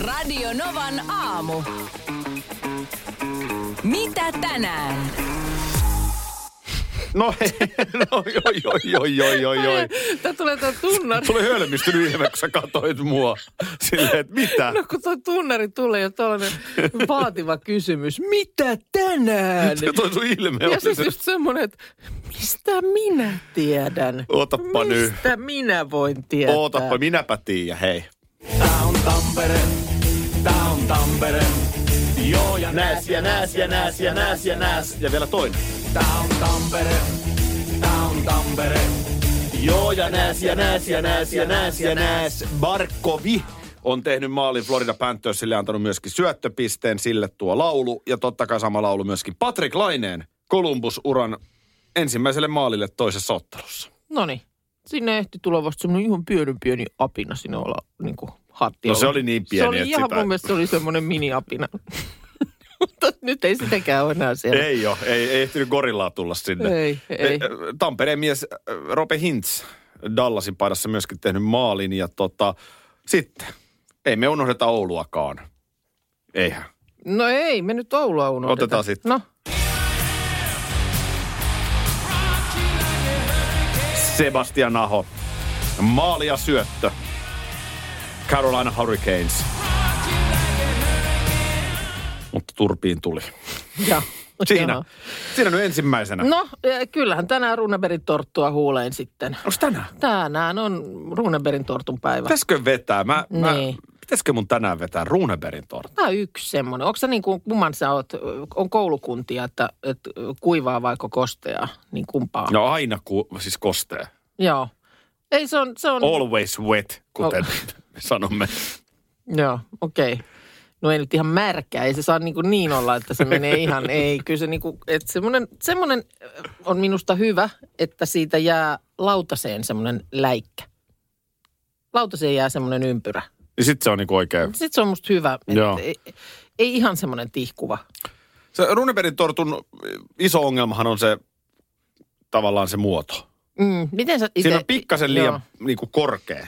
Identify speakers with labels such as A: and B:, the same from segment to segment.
A: Radio Novan aamu. Mitä tänään?
B: No hei, no joi, joi, joi, joi, joi, joi.
C: Tää tulee tuo tunnari.
B: Tuli hölmistynyt ilme, kun sä katsoit mua. Silleen, että mitä?
C: No kun tuo tunnari tulee jo tuollainen vaativa kysymys. Mitä tänään?
B: Se toi sun ilme
C: Ja
B: oli
C: siis
B: se.
C: just semmonen, että mistä minä tiedän?
B: Ootappa nyt.
C: Mistä minä voin tietää?
B: Ootappa, minäpä tiedän, hei. Tää on Tampere, tää on Tampere. Joo ja nääs ja nääs ja nääs ja nääs ja nääs. Ja vielä toinen. Tää on Tampere, tää on Tampere. Joo ja nääs ja nääs ja nääs ja nääs ja nääs. Barkovi on tehnyt maalin Florida Panthersille ja antanut myöskin syöttöpisteen sille tuo laulu. Ja totta kai sama laulu myöskin Patrick Laineen Columbus-uran ensimmäiselle maalille toisessa ottelussa.
C: Noniin. No niin, Sinne ehti tulla vasta semmonen ihan pienen pieni apina sinne olla niinku hartiolla.
B: No se oli niin pieni,
C: Se oli
B: että
C: ihan
B: sitä-
C: mun mielestä se oli semmonen mini-apina. Mutta nyt ei sitäkään ole enää siellä.
B: Ei ole, ei, ei ehtinyt gorillaa tulla sinne.
C: Ei, ei.
B: Tampereen mies äh, Rope Hintz Dallasin paidassa myöskin tehnyt maalin ja tota, sitten, ei me unohdeta Ouluakaan. Eihän.
C: No ei, me nyt Oulua unohdetaan.
B: Otetaan sitten.
C: No,
B: Sebastian Aho, maali ja syöttö. Carolina Hurricanes. Mutta turpiin tuli.
C: ja.
B: Siinä,
C: Joo.
B: siinä nyt ensimmäisenä.
C: No, eh, kyllähän tänään Runeberin torttua huuleen sitten.
B: Onko tänään?
C: Tänään on Runeberin tortun päivä.
B: Pitäisikö vetää? Mä, mä,
C: Niin.
B: pitäisikö mun tänään vetää Runeberin torta?
C: Tämä on yksi semmoinen. Onko se niin kuin, kumman sä oot, on koulukuntia, että, että kuivaa vaiko kosteaa, niin kumpaa?
B: No aina, ku, siis kostea.
C: Joo. Ei, se on, se on,
B: Always wet, kuten
C: Oh.
B: me sanomme.
C: joo, okei. Okay. No ei nyt ihan märkää, ei se saa niin, kuin niin olla, että se menee ihan, ei. Kyllä se niin kuin, että semmoinen, semmoinen on minusta hyvä, että siitä jää lautaseen semmoinen läikkä. Lautaseen jää semmoinen ympyrä.
B: Niin sit se on niinku oikein.
C: Sitten se on musta hyvä. Et
B: Joo.
C: Ei, ei ihan semmoinen tihkuva.
B: Se Runebergin tortun eh, iso ongelmahan on se tavallaan se muoto.
C: Mm, miten sä ite,
B: Siinä on pikkasen
C: Joo,
B: liian niinku korkea.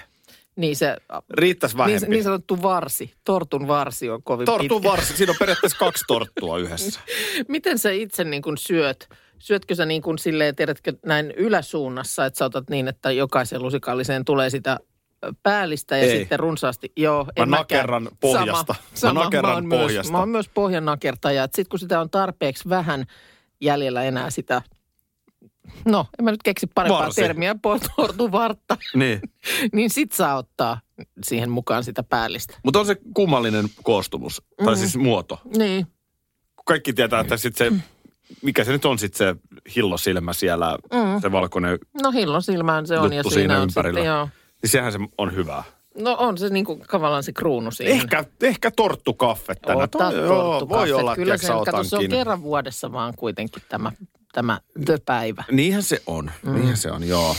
C: niin, se,
B: Riittäisi vähempi.
C: niin, niin sanottu varsi, tortun varsi on kovin
B: Tortun
C: pitkä.
B: varsi, siinä on periaatteessa kaksi torttua yhdessä.
C: Miten sä itse niin kun syöt? Syötkö sä niin kun silleen, tiedätkö, näin yläsuunnassa, että sä otat niin, että jokaisen lusikalliseen tulee sitä ö, päällistä ja
B: Ei.
C: sitten runsaasti, joo.
B: Mä
C: mäkään.
B: nakerran pohjasta.
C: Sama,
B: Mä
C: sama.
B: nakerran
C: oon Myös,
B: pohjasta.
C: mä oon myös pohjanakertaja. Sitten kun sitä on tarpeeksi vähän jäljellä enää sitä, no en mä nyt keksi parempaa
B: Varsi.
C: termiä, portuvartta,
B: niin.
C: niin sit saa ottaa siihen mukaan sitä päällistä.
B: Mutta on se kummallinen koostumus, tai
C: Mm.
B: siis muoto.
C: Niin,
B: Kaikki tietää, että sit se, mikä se nyt on sit se hillosilmä siellä,
C: Mm.
B: se valkoinen,
C: no hillon silmään se on ja
B: Juttu
C: siinä,
B: siinä
C: on
B: ympärillä.
C: sitten, joo.
B: niin sehän se on hyvää.
C: No on se niin kuin tavallaan se kruunu siinä.
B: Ehkä, ehkä torttukaffe tänä.
C: Ota
B: Toi- joo,
C: Niin. torttukaffet.
B: Voi olla,
C: Kyllä
B: tiedätkö,
C: se, kato, se on
B: otankin.
C: kerran vuodessa vaan kuitenkin tämä, tämä the päivä.
B: Niinhän se on, mm. niinhän se on, joo.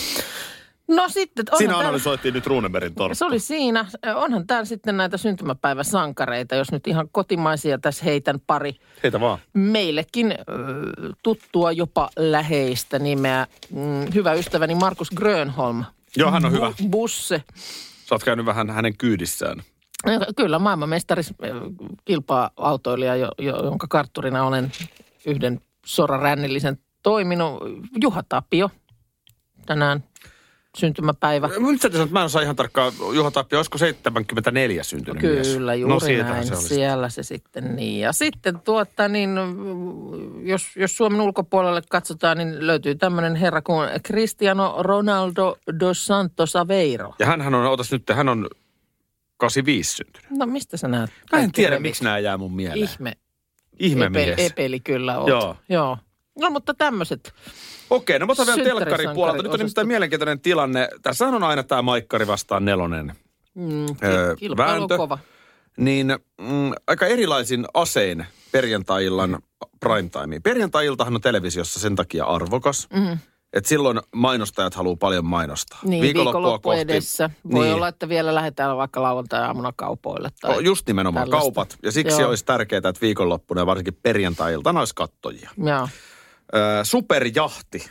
C: No sitten, onhan
B: Siinä
C: täällä-
B: analysoitiin nyt Runebergin torttu.
C: se oli siinä. Onhan täällä sitten näitä syntymäpäiväsankareita, jos nyt ihan kotimaisia tässä heitän pari.
B: Heitä vaan.
C: Meillekin ö, tuttua jopa läheistä nimeä. Mm, Hyvä ystäväni Markus Grönholm.
B: Joo, hän on hyvä.
C: Bu- Busse.
B: Sä oot käynyt vähän hänen kyydissään.
C: Kyllä, maailmanmestari kilpaa autoilija, jo, jo, jonka kartturina olen yhden sorarännillisen toiminut. Juha Tapio, tänään syntymäpäivä.
B: Nyt sä sanoit, että mä en osaa ihan tarkkaan, Juha Tapio, olisiko 74 syntynyt mies?
C: Kyllä, juuri
B: siitähän
C: näin.
B: niin, se oli.
C: Siellä se sitten niin. Ja sitten tuota niin, jos, jos Suomen ulkopuolelle katsotaan, niin löytyy tämmöinen herra kuin Cristiano Ronaldo dos Santos Aveiro.
B: Ja hänhän on, otas nyt, hän on 85 syntynyt.
C: No mistä sä näet?
B: Mä en
C: kaikki
B: tiedä,
C: revit?
B: miksi nämä jää mun mieleen.
C: Ihme,
B: Ihme
C: Epe,
B: mies.
C: epeli kyllä oot.
B: Joo.
C: Joo. Joo. No mutta tämmöiset.
B: Okei, no mä otan vielä
C: Synttärisankari
B: telkkarin puolelta. Nyt on
C: osasto.
B: nimittäin mielenkiintoinen tilanne. Tässähän on aina tämä maikkari vastaan nelonen
C: Mm,
B: Öö,
C: ki- kilpailu
B: vääntö.
C: on kova.
B: niin mm, aika erilaisin asein perjantai-illan primetimeen. Perjantai-iltahan on televisiossa sen takia arvokas, mm. että silloin mainostajat haluaa paljon mainostaa.
C: Mm-hmm. Niin, viikonloppu
B: kohti-
C: edessä. Voi
B: Niin.
C: niin. olla, että vielä lähdetään vaikka lauantai-aamuna kaupoille. Tai...
B: O, Oh, just nimenomaan
C: tällaista.
B: tällaista. kaupat. Ja siksi
C: Joo.
B: Joo. olisi tärkeää, että viikonloppuna ja varsinkin perjantai-iltana olisi kattojia.
C: Joo.
B: Öö, superjahti.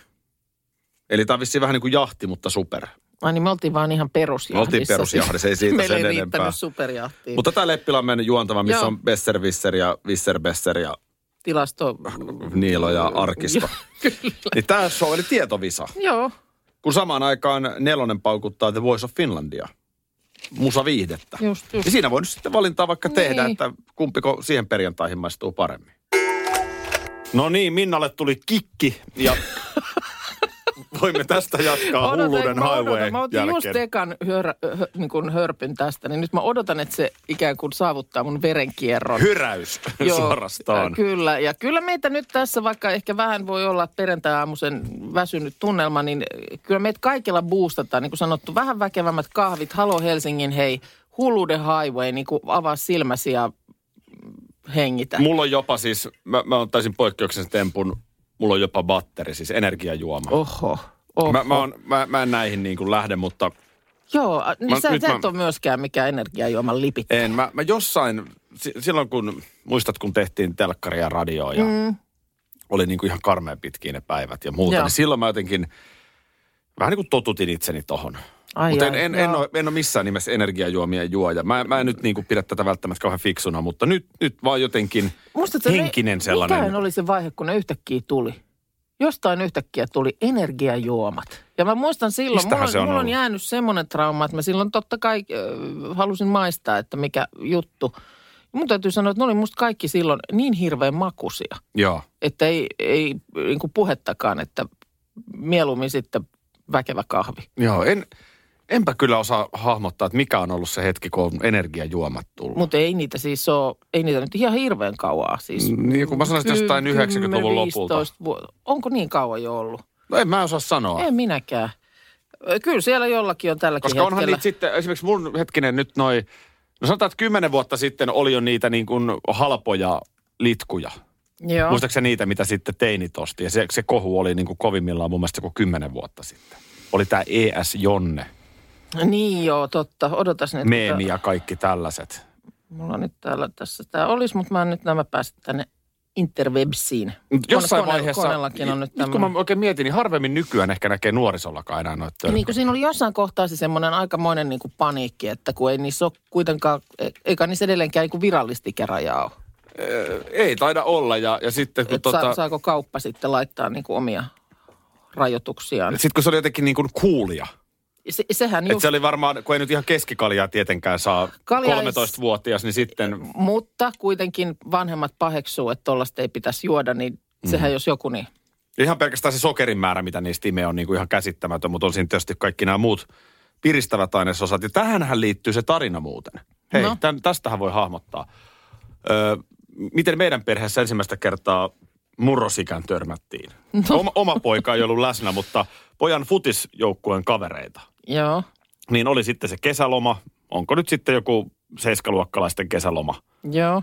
B: Eli tämä on vissiin vähän niin kuin jahti, mutta super.
C: Ai niin, me oltiin vaan ihan perusjahdissa.
B: Me oltiin perusjahdissa, ei siitä
C: siis. Meillä
B: sen
C: ei
B: enempää.
C: riittänyt superjahtiin. Mutta...
B: Mutta tämä Leppilammen juontava, missä
C: Joo.
B: Joo. on Besser Visser ja Visser Besser ja
C: Tilasto.
B: Niilo ja Arkisto. niin tämä show oli tietovisa.
C: Joo.
B: Kun samaan aikaan nelonen paukuttaa The Voice of Finlandia. Musa viihdettä.
C: Just, just.
B: Niin siinä voi nyt sitten valintaa vaikka niin. tehdä,
C: Niin.
B: että kumpiko siihen perjantaihin maistuu paremmin. No niin, Minnalle tuli kikki ja voimme tästä jatkaa hulluuden
C: mä odotan.
B: Siis highway
C: Mä otin just
B: jälkeen.
C: ekan hör, hö, niin kuin hörpyn tästä, niin nyt mä odotan, että se ikään kuin saavuttaa mun verenkierron.
B: Hyräys suorastaan.
C: äh, Kyllä, ja kyllä meitä nyt tässä, vaikka ehkä vähän voi olla perjantai-aamuisen väsynyt tunnelma, niin äh, kyllä meitä kaikilla boostataan. Niin kuin sanottu, vähän väkevämmät kahvit, Halo Helsingin, hei, hulluuden highway, niin kuin avaa silmäsi ja mm, hengitä.
B: Mulla on jopa siis, mä, mä oon täysin poikkeuksellisen tempun, mulla on jopa batteri, siis energiajuoma.
C: Oho. Oho.
B: Mä, mä, on, mä, mä en näihin niin kuin lähde, mutta
C: Joo, äh, niin
B: Mä-
C: mä, sä,
B: nyt
C: sä
B: mä-
C: et ole myöskään mikään energiajuoman lipit.
B: en. Mä, mä jossain, si- silloin kun, muistat kun tehtiin telkkaria ja radioa ja mm. oli niin kuin ihan karmeen pitkiä ne päivät ja muuta,
C: Joo.
B: niin silloin mä jotenkin vähän niin kuin totutin itseni tohon.
C: Ai
B: Mutta en,
C: ai,
B: en, en,
C: joo.
B: ole, en ole missään nimessä energiajuomien juoja. Mä, mä en nyt niin kuin pidä tätä välttämättä kauhean fiksuna, mutta nyt, nyt vaan jotenkin
C: Muistatko, ne-
B: henkinen sellainen.
C: Mikähän oli se vaihe, kun ne yhtäkkiä tuli? Jostain yhtäkkiä tuli energiajuomat. Ja mä muistan silloin,
B: Mistähän
C: mulla,
B: se on
C: mulla on
B: ollut?
C: jäänyt semmoinen trauma, että mä silloin totta kai äh, halusin maistaa, että mikä juttu. Mun täytyy sanoa, että ne oli musta kaikki silloin niin hirveän makusia,
B: Joo.
C: että ei, ei niin kuin puhettakaan, että mieluummin sitten väkevä kahvi.
B: Joo, en, enpä kyllä osaa hahmottaa, että mikä on ollut se hetki, kun on energiajuomat tullut.
C: Mutta ei niitä siis ole, ei niitä nyt ihan hirveän kauaa siis.
B: Niin, kun mä sanoisin, että jostain 90-luvun lopulta.
C: 10-15 Vu- Onko niin kauan jo ollut?
B: No en mä osaa sanoa.
C: En minäkään. Ö, Kyllä siellä jollakin on tälläkin
B: Koska onhan
C: hetkellä.
B: niitä sitten, esimerkiksi mun hetkinen nyt noi, no sanotaan, että kymmenen vuotta sitten oli jo niitä niin kuin halpoja litkuja.
C: Joo.
B: Muistatko sä niitä, mitä sitten teinit osti? Ja se, se kohu oli niin kuin kovimmillaan mun mielestä kuin kymmenen vuotta sitten. Oli tämä ES Jonne,
C: Niin joo, totta. Odotas nyt.
B: meemi ja kaikki tällaiset.
C: Mulla on nyt täällä tässä tämä olisi, mutta mä en nyt nämä päästä tänne interwebsiin.
B: Mut Jossain
C: Kone-
B: vaiheessa,
C: Koneellakin on
B: nyt
C: nyt
B: kun mä
C: tämmöinen.
B: oikein mietin, niin harvemmin nykyään ehkä näkee nuorisollakaan enää noita
C: Niin kun siinä oli jossain kohtaa se semmoinen aikamoinen niin kuin paniikki, että kun ei niissä ole kuitenkaan, e- eikä niissä edelleenkään niin kuin virallista ikärajaa ole.
B: Ei taida olla ja, ja sitten kun,
C: Että tota...
B: tota,
C: saako kauppa sitten laittaa niin kuin omia rajoituksiaan.
B: sit, kun se oli jotenkin niin kuin coolia.
C: Se, sehän
B: Että
C: just
B: se oli varmaan, kun ei nyt ihan keskikaljaa tietenkään saa,
C: Kalja ei-
B: 13-vuotias, niin sitten...
C: Mutta kuitenkin vanhemmat paheksuu, että tuollaista ei pitäisi juoda, niin
B: Mm.
C: sehän jos joku niin.
B: Ihan pelkästään se sokerin määrä, mitä niistä imee, on niin kuin ihan käsittämätön, mutta on siinä tietysti kaikki nämä muut piristävät ainesosat. Ja tähänhän liittyy se tarina muuten. Hei,
C: No.
B: no. tämän, tästähän voi hahmottaa. Öö, miten meidän perheessä ensimmäistä kertaa murrosikään törmättiin?
C: No.
B: Oma, oma poika ei ollut läsnä, mutta pojan futisjoukkueen kavereita.
C: Joo,
B: niin oli sitten se kesäloma. Onko nyt sitten joku seiskaluokkalaisten kesäloma?
C: joo.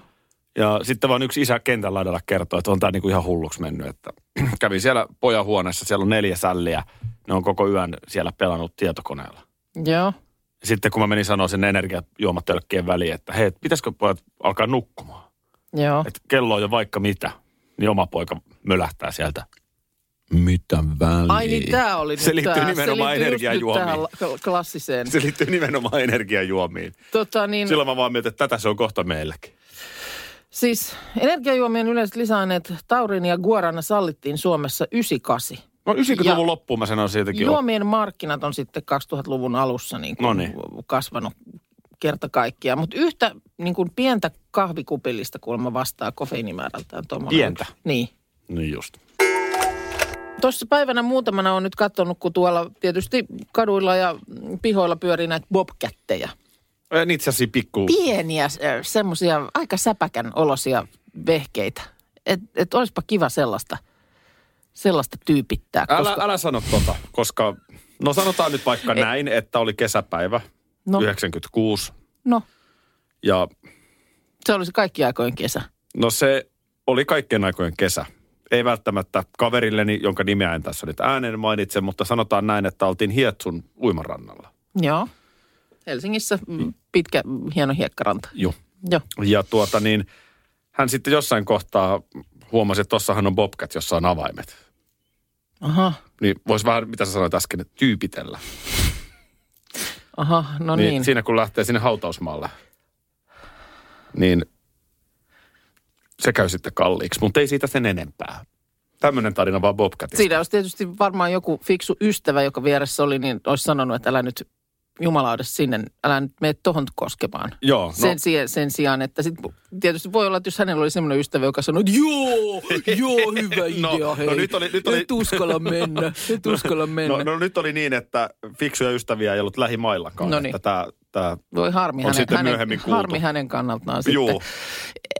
B: Ja sitten vaan yksi isä kentän laidalla kertoi, että on tämä niinku ihan hulluksi mennyt. Että kävin siellä pojan huoneessa, siellä on neljä sälliä. Ne on koko yön siellä pelannut tietokoneella.
C: Joo.
B: Sitten kun mä menin sanoa sen energiajuomatölkkien väliin, että hei, et pitäisikö pojat alkaa nukkumaan?
C: Joo.
B: Että kello on jo vaikka mitä. Niin oma poika mölähtää sieltä. Mitä väliä?
C: Ai niin, tämä oli
B: Se
C: nyt
B: liittyy
C: tää.
B: nimenomaan
C: se liittyy just nyt
B: energiajuomiin.
C: tähän la- kl- klassiseen.
B: Se liittyy nimenomaan energiajuomiin.
C: Tota niin,
B: Silloin mä vaan mietin, että tätä se on kohta meilläkin.
C: siis energiajuomien yleiset lisäaineet taurin ja guarana sallittiin Suomessa 98.
B: No 90-luvun
C: Ja-
B: loppuun mä sanon siitäkin. jo.
C: Juomien markkinat on sitten 2000-luvun alussa niin kuin
B: Noniin.
C: kasvanut kerta kaikkiaan. Mutta yhtä niin kuin pientä kahvikupillista kuulemma vastaa kofeiinimäärältään tuommoinen.
B: Pientä?
C: Niin.
B: Niin just.
C: Tuossa päivänä muutamana on nyt katsonut, kun tuolla tietysti kaduilla ja pihoilla pyörii näitä bobcatteja.
B: Ei, Niitä sellaisia pikku...
C: Pieniä, semmoisia aika säpäkän olosia vehkeitä. Et, et olisipa kiva sellaista, sellaista tyypittää.
B: Älä,
C: koska-
B: älä sano tota, koska... No sanotaan nyt vaikka näin, että oli kesäpäivä.
C: No.
B: 96.
C: No,
B: Ja
C: se olisi kaikki aikojen kesä.
B: no se oli kaikkien aikojen kesä. Ei välttämättä kaverilleni, jonka nimeä en tässä nyt äänen mainitse, mutta sanotaan näin, että oltiin Hietsun uimarannalla.
C: Joo. Helsingissä mm, pitkä, hieno hiekkaranta.
B: Joo.
C: Joo.
B: Ja tuota niin, hän sitten jossain kohtaa huomasi, että tossahan on Bobcat, jossa on avaimet.
C: Aha,
B: Niin voisi vähän, mitä sä sanoit äsken, että tyypitellä.
C: aha, no
B: niin,
C: niin. niin.
B: Siinä kun lähtee sinne hautausmaalle, niin se käy sitten kalliiksi, mutta ei siitä sen enempää. Tämmöinen tarina vaan Bobcatista.
C: Siinä olisi tietysti varmaan joku fiksu ystävä, joka vieressä oli, niin olisi sanonut, että älä nyt jumalaude sinne, älä nyt mene tohon koskemaan.
B: Joo, no,
C: Sen, sijaan, sen sijaan, että sit, tietysti voi olla, että jos hänellä oli semmoinen ystävä, joka sanoi, että joo, joo, hyvä idea,
B: No, no
C: hei,
B: nyt oli- nyt oli-
C: et uskalla mennä, et uskalla mennä.
B: no, no, nyt oli niin, että fiksuja ystäviä ei ollut lähimaillakaan.
C: No niin.
B: Että tää, tää,
C: Voi harmi,
B: On
C: hänen,
B: sitten
C: hänen,
B: myöhemmin kuultu.
C: harmi hänen kannaltaan sitten.
B: Juu.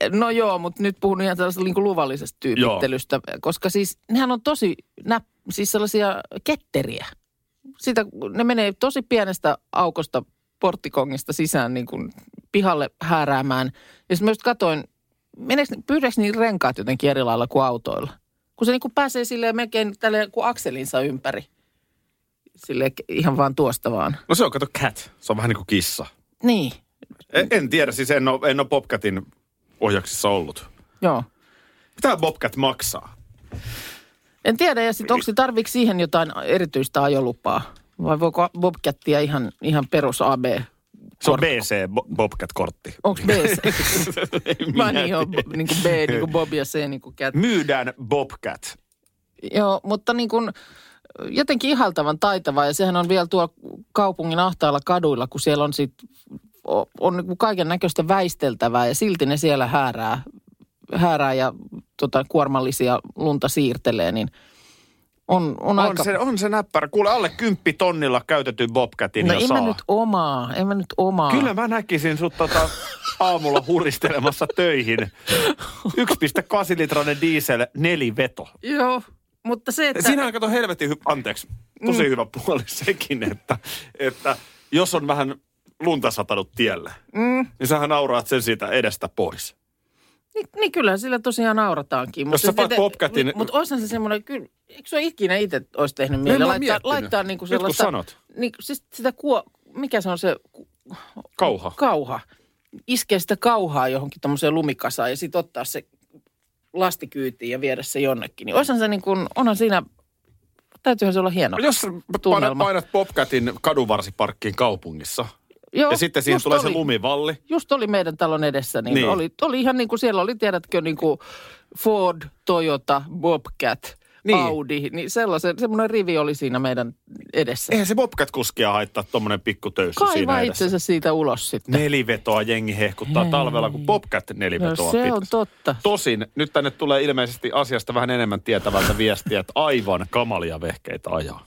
C: No joo, mutta nyt puhun ihan tällaisesta niin kuin luvallisesta tyypittelystä, joo. koska siis nehän on tosi, nä, siis sellaisia ketteriä. Sitä, ne menee tosi pienestä aukosta porttikongista sisään niin kuin pihalle hääräämään. Ja sitten mä just katsoin, meneekö, pyydäks niin renkaat jotenkin eri lailla kuin autoilla? Kun se niin kuin pääsee silleen melkein tälleen kuin akselinsa ympäri. Silleen ihan vaan tuosta vaan.
B: no se on, kato, cat. Se on vähän niin kuin kissa.
C: Niin,
B: En, en tiedä, siis en ole, en ole Bobcatin ohjauksissa ollut.
C: joo.
B: Mitä Bobcat maksaa?
C: En tiedä, ja sitten onko se tarviiko siihen jotain erityistä ajolupaa? Vai voiko Bobcattia ihan, ihan perus AB?
B: Se on BC Bo- Bobcat-kortti.
C: Onko B se? Vai
B: Minä
C: niin, on, niin kuin B, niin kuin Bob ja C, niin kuin Cat.
B: Myydään Bobcat.
C: Joo, mutta niin kuin jotenkin ihaltavan taitavaa ja sehän on vielä tuolla kaupungin ahtailla kaduilla, kun siellä on sit, o- on niin kaiken näköistä väisteltävää ja silti ne siellä häärää, häärää ja tota, kuormallisia lunta siirtelee, niin on, on,
B: On,
C: aika...
B: se, on se näppärä. Kuule, alle kymppi tonnilla käytetty Bobcatin
C: No
B: jo
C: en
B: saa.
C: mä nyt omaa, en mä nyt omaa.
B: Kyllä mä näkisin sut tota aamulla huristelemassa töihin. 1,8 litrainen diesel, neliveto.
C: Joo, mutta se, että... Mm.
B: Siinä on kato helvetin, hy- anteeksi, tosi hyvä puoli sekin, että, että jos on vähän lunta satanut tielle, mm. niin sähän nauraat sen siitä edestä pois.
C: Niin, niin kyllähän sillä tosiaan naurataankin.
B: Jos sä paat popkatin-
C: Mutta oishan se semmoinen, kyllä, eikö se ole ikinä itse olisi tehnyt
B: en
C: mieli
B: ole
C: laittaa,
B: miettinyt.
C: laittaa niinku
B: Nyt kun
C: sellaista...
B: sanot.
C: Niin, siis sitä kuo, mikä se on se ku-
B: Kauha.
C: kauha. Iskee sitä kauhaa johonkin tämmöiseen lumikasaan ja sitten ottaa se lastikyytiin ja viedä se jonnekin. Niin oishan se niin kuin, onhan siinä, täytyyhän se olla hieno.
B: Jos painat,
C: Tunnelma.
B: painat Bobcatin kadunvarsiparkkiin kaupungissa,
C: Joo,
B: ja sitten siihen
C: just
B: tulee
C: oli.
B: se lumivalli,
C: just oli meidän talon edessä, niin,
B: Niin.
C: niin. Oli, oli ihan niin kuin siellä oli, tiedätkö, niin kuin Ford, Toyota, Bobcat,
B: Niin.
C: niin. Audi, niin sellaisen, semmoinen rivi oli siinä meidän edessä.
B: Eihän se Bobcat-kuskia haittaa tommonen pikku töyssy siinä
C: Kaivaa
B: edessä.
C: itsensä siitä ulos sitten.
B: Nelivetoa jengi hehkuttaa talvella, kun Bobcat nelivetoa
C: No, se
B: pitää.
C: on totta.
B: Tosin, nyt tänne tulee ilmeisesti asiasta vähän enemmän tietävältä viestiä, että aivan kamalia vehkeitä ajaa.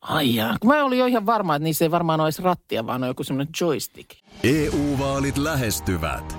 C: Ai jaa. Kun Mä olin jo ihan varma, että niissä ei varmaan ole edes rattia, vaan on joku semmoinen joystick.
D: EU-vaalit E lähestyvät.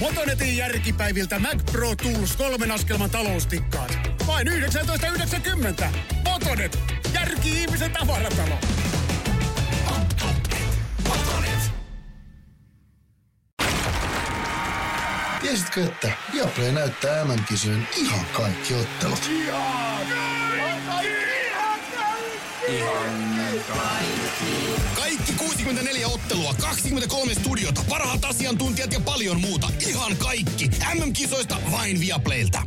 E: Motonetin järkipäiviltä Mac Pro Tools kolmen askelman taloustikkaan. Vain 19,90. Motonet, järki-ihmisen tavaratalo.
F: Tiesitkö, että Viaplay näyttää MM-kisojen ihan kaikki ottelut?
E: Kaikki 64 ottelua, 23 studiota, parhaat asiantuntijat ja paljon muuta. Ihan kaikki. MM-kisoista vain Viaplaylta.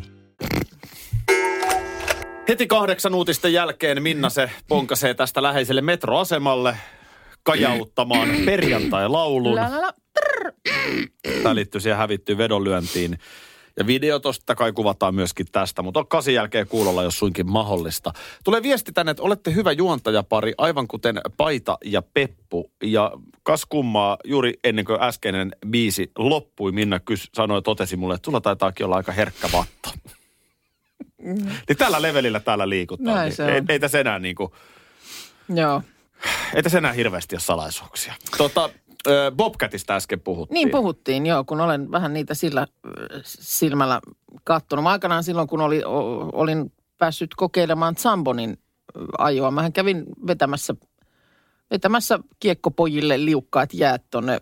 B: Heti kahdeksan uutisten jälkeen Minna se ponkasee tästä läheiselle metroasemalle kajauttamaan perjantai-laulun.
C: La, la, la.
B: Tämä liittyy siihen hävittyyn vedonlyöntiin. Ja video tosta kai kuvataan myöskin tästä, mutta on kasin jälkeen kuulolla, jos suinkin mahdollista. Tulee viesti tänne, että olette hyvä juontajapari, aivan kuten Paita ja Peppu. Ja kas kummaa, juuri ennen kuin äskeinen biisi loppui, Minna kys, sanoi, totesi mulle, että sulla taitaakin olla aika herkkä vatta. niin tällä levelillä täällä liikutaan.
C: Mm. Näin
B: niin
C: se on.
B: Ei, ei tässä enää niinku,
C: Joo.
B: ei tässä enää hirveästi ole salaisuuksia. Tota, ö, Bobcatista äsken puhuttiin.
C: Niin puhuttiin, joo, kun olen vähän niitä sillä äh, silmällä kattonut. Mä aikanaan silloin, kun oli, o, olin päässyt kokeilemaan Zambonin äh, ajoa, mähän kävin vetämässä, vetämässä kiekkopojille liukkaat jäät tonne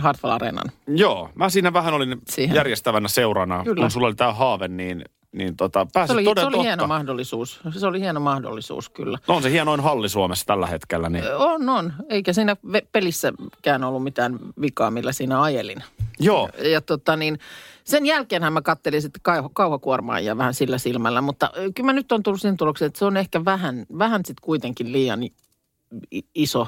C: Hartwall Areenan.
B: Joo, mä siinä vähän olin
C: Siihen.
B: järjestävänä seurana, Kyllä.
C: Kyllä.
B: kun sulla oli tämä haave, niin, niin tota,
C: Se
B: pääsit
C: oli,
B: toden
C: se oli
B: totta.
C: hieno mahdollisuus, se oli hieno mahdollisuus kyllä.
B: No on se hienoin halli Suomessa tällä hetkellä, niin
C: On, on. Eikä siinä ve- pelissäkään ollut mitään vikaa, millä siinä ajelin.
B: joo.
C: Ja tota niin, sen jälkeenhän mä kattelin sitten kauho, kauhokuormaa ja vähän sillä silmällä, mutta ö, kyllä mä nyt on tullut sen tulokseen, että se on ehkä vähän, vähän sitten kuitenkin liian i- i- iso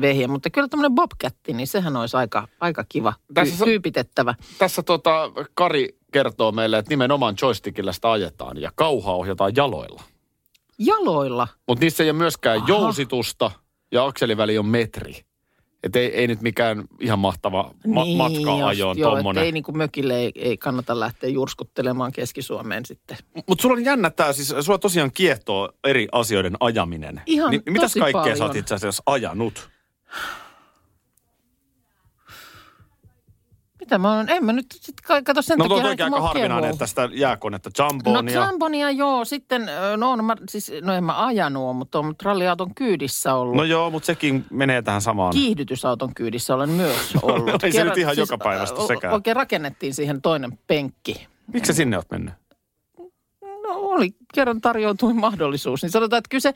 C: vehje, mutta kyllä tämmöinen bobcatti, niin sehän olisi aika, aika kiva,
B: Tässä
C: ty-
B: on-
C: tyypitettävä.
B: Tässä tota, Kari kertoo meille, että nimenomaan joystickillä sitä ajetaan ja kauhaa ohjataan jaloilla.
C: Jaloilla.
B: Mutta niissä ei ole myöskään Aha. jousitusta ja akseliväli on metri. Että ei, ei nyt mikään ihan mahtava ma- niin, matka ajoon
C: joo, et
B: tommonen.
C: ei niin kuin mökille ei, ei, kannata lähteä jurskuttelemaan Keski-Suomeen sitten.
B: Mutta sulla on jännä tää, siis sulla tosiaan kiehtoo eri asioiden ajaminen.
C: Ihan
B: niin, mitäs
C: tosi
B: kaikkea sä oot
C: paljon.
B: itse asiassa ajanut?
C: Mitä mä oon, en mä nyt sitten, kato sen
B: No
C: takia.
B: tuo toikin aika harvinainen, että sitä jääkonetta Jambonia.
C: No tramponia joo, sitten, ö, no, no, mä, siis, no en mä ajanut ole, mutta on ralliauton kyydissä ollut.
B: no joo, mutta sekin menee tähän samaan.
C: Kiihdytysauton kyydissä olen myös ollut.
B: No
C: siis,
B: Ei se nyt ihan joka päivästä
C: o-
B: sekään.
C: Oikein rakennettiin siihen toinen penkki.
B: Miksi sä sinne oot mennyt?
C: No oli, kerran tarjoutui mahdollisuus. Niin sanotaan, että kyllä se,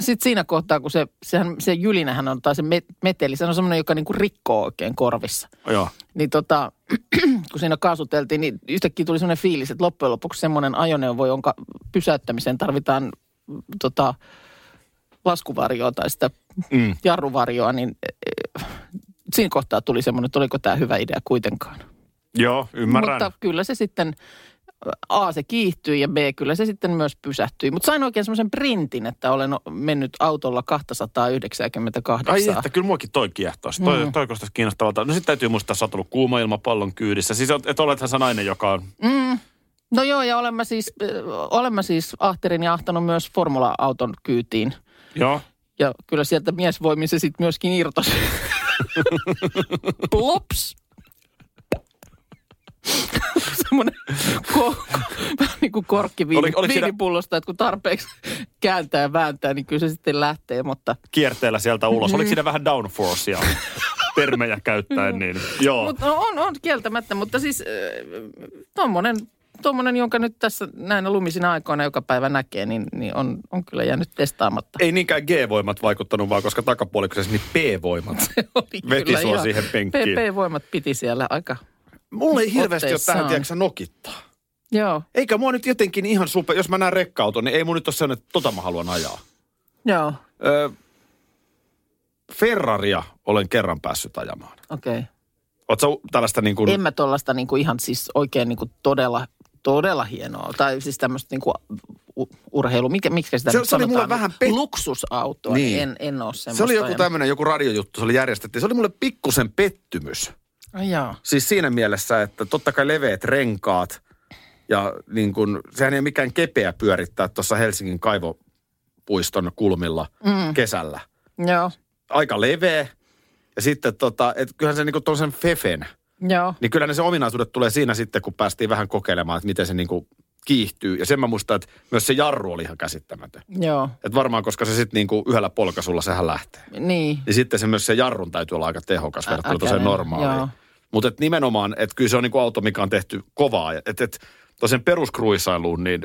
C: sitten siinä kohtaa, kun se, sehän, se jylinähän on, tai se met- meteli, se on semmoinen, joka niinku rikkoo oikein korvissa.
B: Joo.
C: niin tota, kun siinä kaasuteltiin, niin yhtäkkiä tuli semmoinen fiilis, että loppujen lopuksi semmoinen ajoneuvo, jonka pysäyttämiseen tarvitaan mm, tota, laskuvarjoa tai sitä
B: Mm.
C: mm. jarruvarjoa, niin eh, siinä kohtaa tuli semmoinen, että oliko tämä hyvä idea kuitenkaan.
B: Joo, ymmärrän.
C: Mutta kyllä se sitten, A se kiihtyi ja B kyllä se sitten myös pysähtyi. Mutta sain oikein semmoisen printin, että olen mennyt autolla 298.
B: Ai että, kyllä muakin toi kiehtoisi. Toi,
C: Mm.
B: toi kostaisi kiinnostavalta. No sitten täytyy muistaa, että sä oot ollut kuuma ilmapallon kyydissä. Siis et, et olethan sä nainen, joka on...
C: No joo, ja olen mä siis, äh, olen mä siis ahterin ja ahtanut myös formula-auton kyytiin.
B: Joo.
C: Ja kyllä sieltä miesvoimin se sitten myöskin irtosi. Plops! Semmoinen ko- ko- vähän niin kuin korkki viini,
B: Oli- oliko siinä-
C: viinipullosta, että kun tarpeeksi kääntää ja vääntää, niin kyllä se sitten lähtee, mutta...
B: Kierteellä sieltä ulos. Oliko siinä vähän downforcea? Termejä käyttäen, niin joo.
C: Mut no, on, on kieltämättä, mutta siis äh, tommonen, tommonen, jonka nyt tässä näinä lumisina aikoina joka päivä näkee, niin, niin on, on kyllä jäänyt testaamatta.
B: Ei niinkään G-voimat vaikuttanut, vaan koska takapuolikossa niin P-voimat.
C: Oli
B: Veti
C: kyllä
B: sua
C: ihan-
B: siihen penkkiin.
C: PP-voimat piti siellä aika.
B: Mulla ei hirveästi ole
C: Otteessa
B: tähän,
C: on.
B: tiedätkö sä, nokittaa.
C: Joo,
B: Eikä mua nyt jotenkin ihan super, jos mä näen rekkauton, niin ei mun nyt ole sellainen, että tota mä haluan ajaa.
C: joo,
B: Ö, Ferraria olen kerran päässyt ajamaan.
C: okei. Okay.
B: Oletko tällaista niin kuin...
C: En mä tuollaista niinku ihan siis oikein niinku todella, todella hienoa. Tai siis tämmöistä niinku u- urheilu, mikä, miksi sitä
B: Se-
C: nyt
B: se oli mulle
C: sanotaan?
B: vähän pet-
C: Luksusautoa,
B: Niin.
C: niin. en, en ole semmoista.
B: Se oli joku
C: en-
B: tämmöinen, joku radiojuttu, se oli järjestetty. Se oli mulle pikkusen pettymys.
C: Ai jaa.
B: Siis siinä mielessä, että totta kai leveät renkaat ja niin kun, sehän ei ole mikään kepeä pyörittää tuossa Helsingin kaivopuiston kulmilla mm. kesällä.
C: Joo,
B: Aika leveä ja sitten tota, et kyllähän se niinku tuollaisen fefen,
C: joo.
B: niin kyllä ne se ominaisuudet tulee siinä sitten, kun päästiin vähän kokeilemaan, että miten se niinku kiihtyy. Ja sen mä muistan, että myös se jarru oli ihan käsittämätön.
C: Joo,
B: Että varmaan, koska se sitten niinku yhdellä polkasulla sehän lähtee.
C: niin.
B: niin sitten se myös se jarrun täytyy olla aika tehokas
C: Ä-
B: verrattuna tosiaan
C: äkäinen,
B: normaaliin.
C: joo.
B: Mutta et nimenomaan, että kyllä se on niinku auto, mikä on tehty kovaa. Että et, tosiaan peruskruisailuun, niin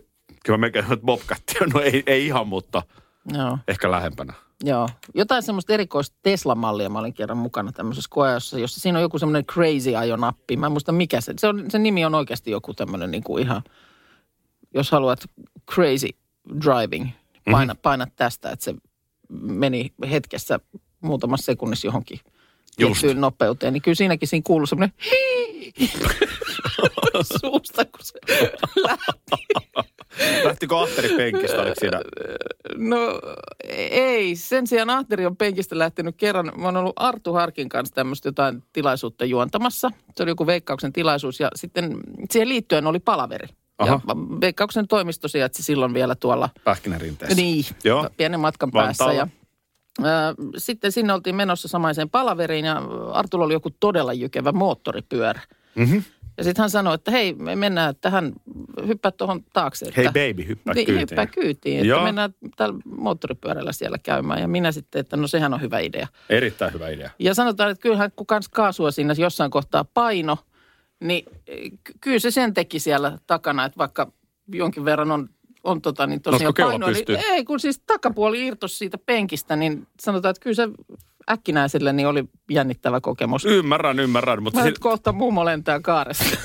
B: kyllä mä melkein sanoin, että Bobcatti on, no ei, ei ihan, mutta
C: Joo,
B: ehkä lähempänä.
C: joo. Jotain semmoista erikoista Tesla-mallia mä olin kerran mukana tämmöisessä koeajassa, jossa siinä on joku semmoinen crazy ajonappi. Mä en muista mikä se. Se, on, se nimi on oikeasti joku tämmöinen niinku ihan, jos haluat crazy driving, paina, paina tästä, että se meni hetkessä muutamassa sekunnissa johonkin
B: Just.
C: tiettyyn nopeuteen. Niin kyllä siinäkin siinä kuuluu semmoinen suusta, kun se lähti.
B: Lähtikö ahteri penkistä, oliko siinä?
C: No ei, sen sijaan Ahteri on penkistä lähtenyt kerran. Mä oon ollut Artu Harkin kanssa tämmöistä jotain tilaisuutta juontamassa. Se oli joku veikkauksen tilaisuus ja sitten siihen liittyen oli palaveri.
B: Aha.
C: Ja veikkauksen toimisto sijaitsi silloin vielä tuolla
B: Pähkinärinteessä.
C: Niin,
B: Joo.
C: pienen matkan päässä.
B: Vantaalla.
C: Ja, ää, sitten sinne oltiin menossa samaiseen palaveriin ja Artulla oli joku todella jykevä moottoripyörä. Mm-hmm. Ja sitten hän sanoi, että hei, me mennään tähän, hyppää tuohon taakse.
B: Hei
C: että,
B: baby, hyppää
C: niin,
B: kyytiin.
C: hyppää kyytiin, että
B: Joo.
C: mennään tällä moottoripyörällä siellä käymään. Ja minä sitten, että no sehän on hyvä idea.
B: Erittäin hyvä idea.
C: Ja sanotaan, että kyllähän kun kans kaasua siinä jossain kohtaa paino, niin eh, ky- kyllä se sen teki siellä takana, että vaikka jonkin verran on, on tota, niin tosiaan
B: Nousiko keula
C: paino. Eli,
B: pystyyn?
C: ei, kun siis takapuoli irtosi siitä penkistä, niin sanotaan, että kyllä se äkkinäiselle niin oli jännittävä kokemus.
B: Ymmärrän, ymmärrän, mutta...
C: Mä
B: Sit,
C: nyt kohta mummo lentää kaaresta.
B: Siis-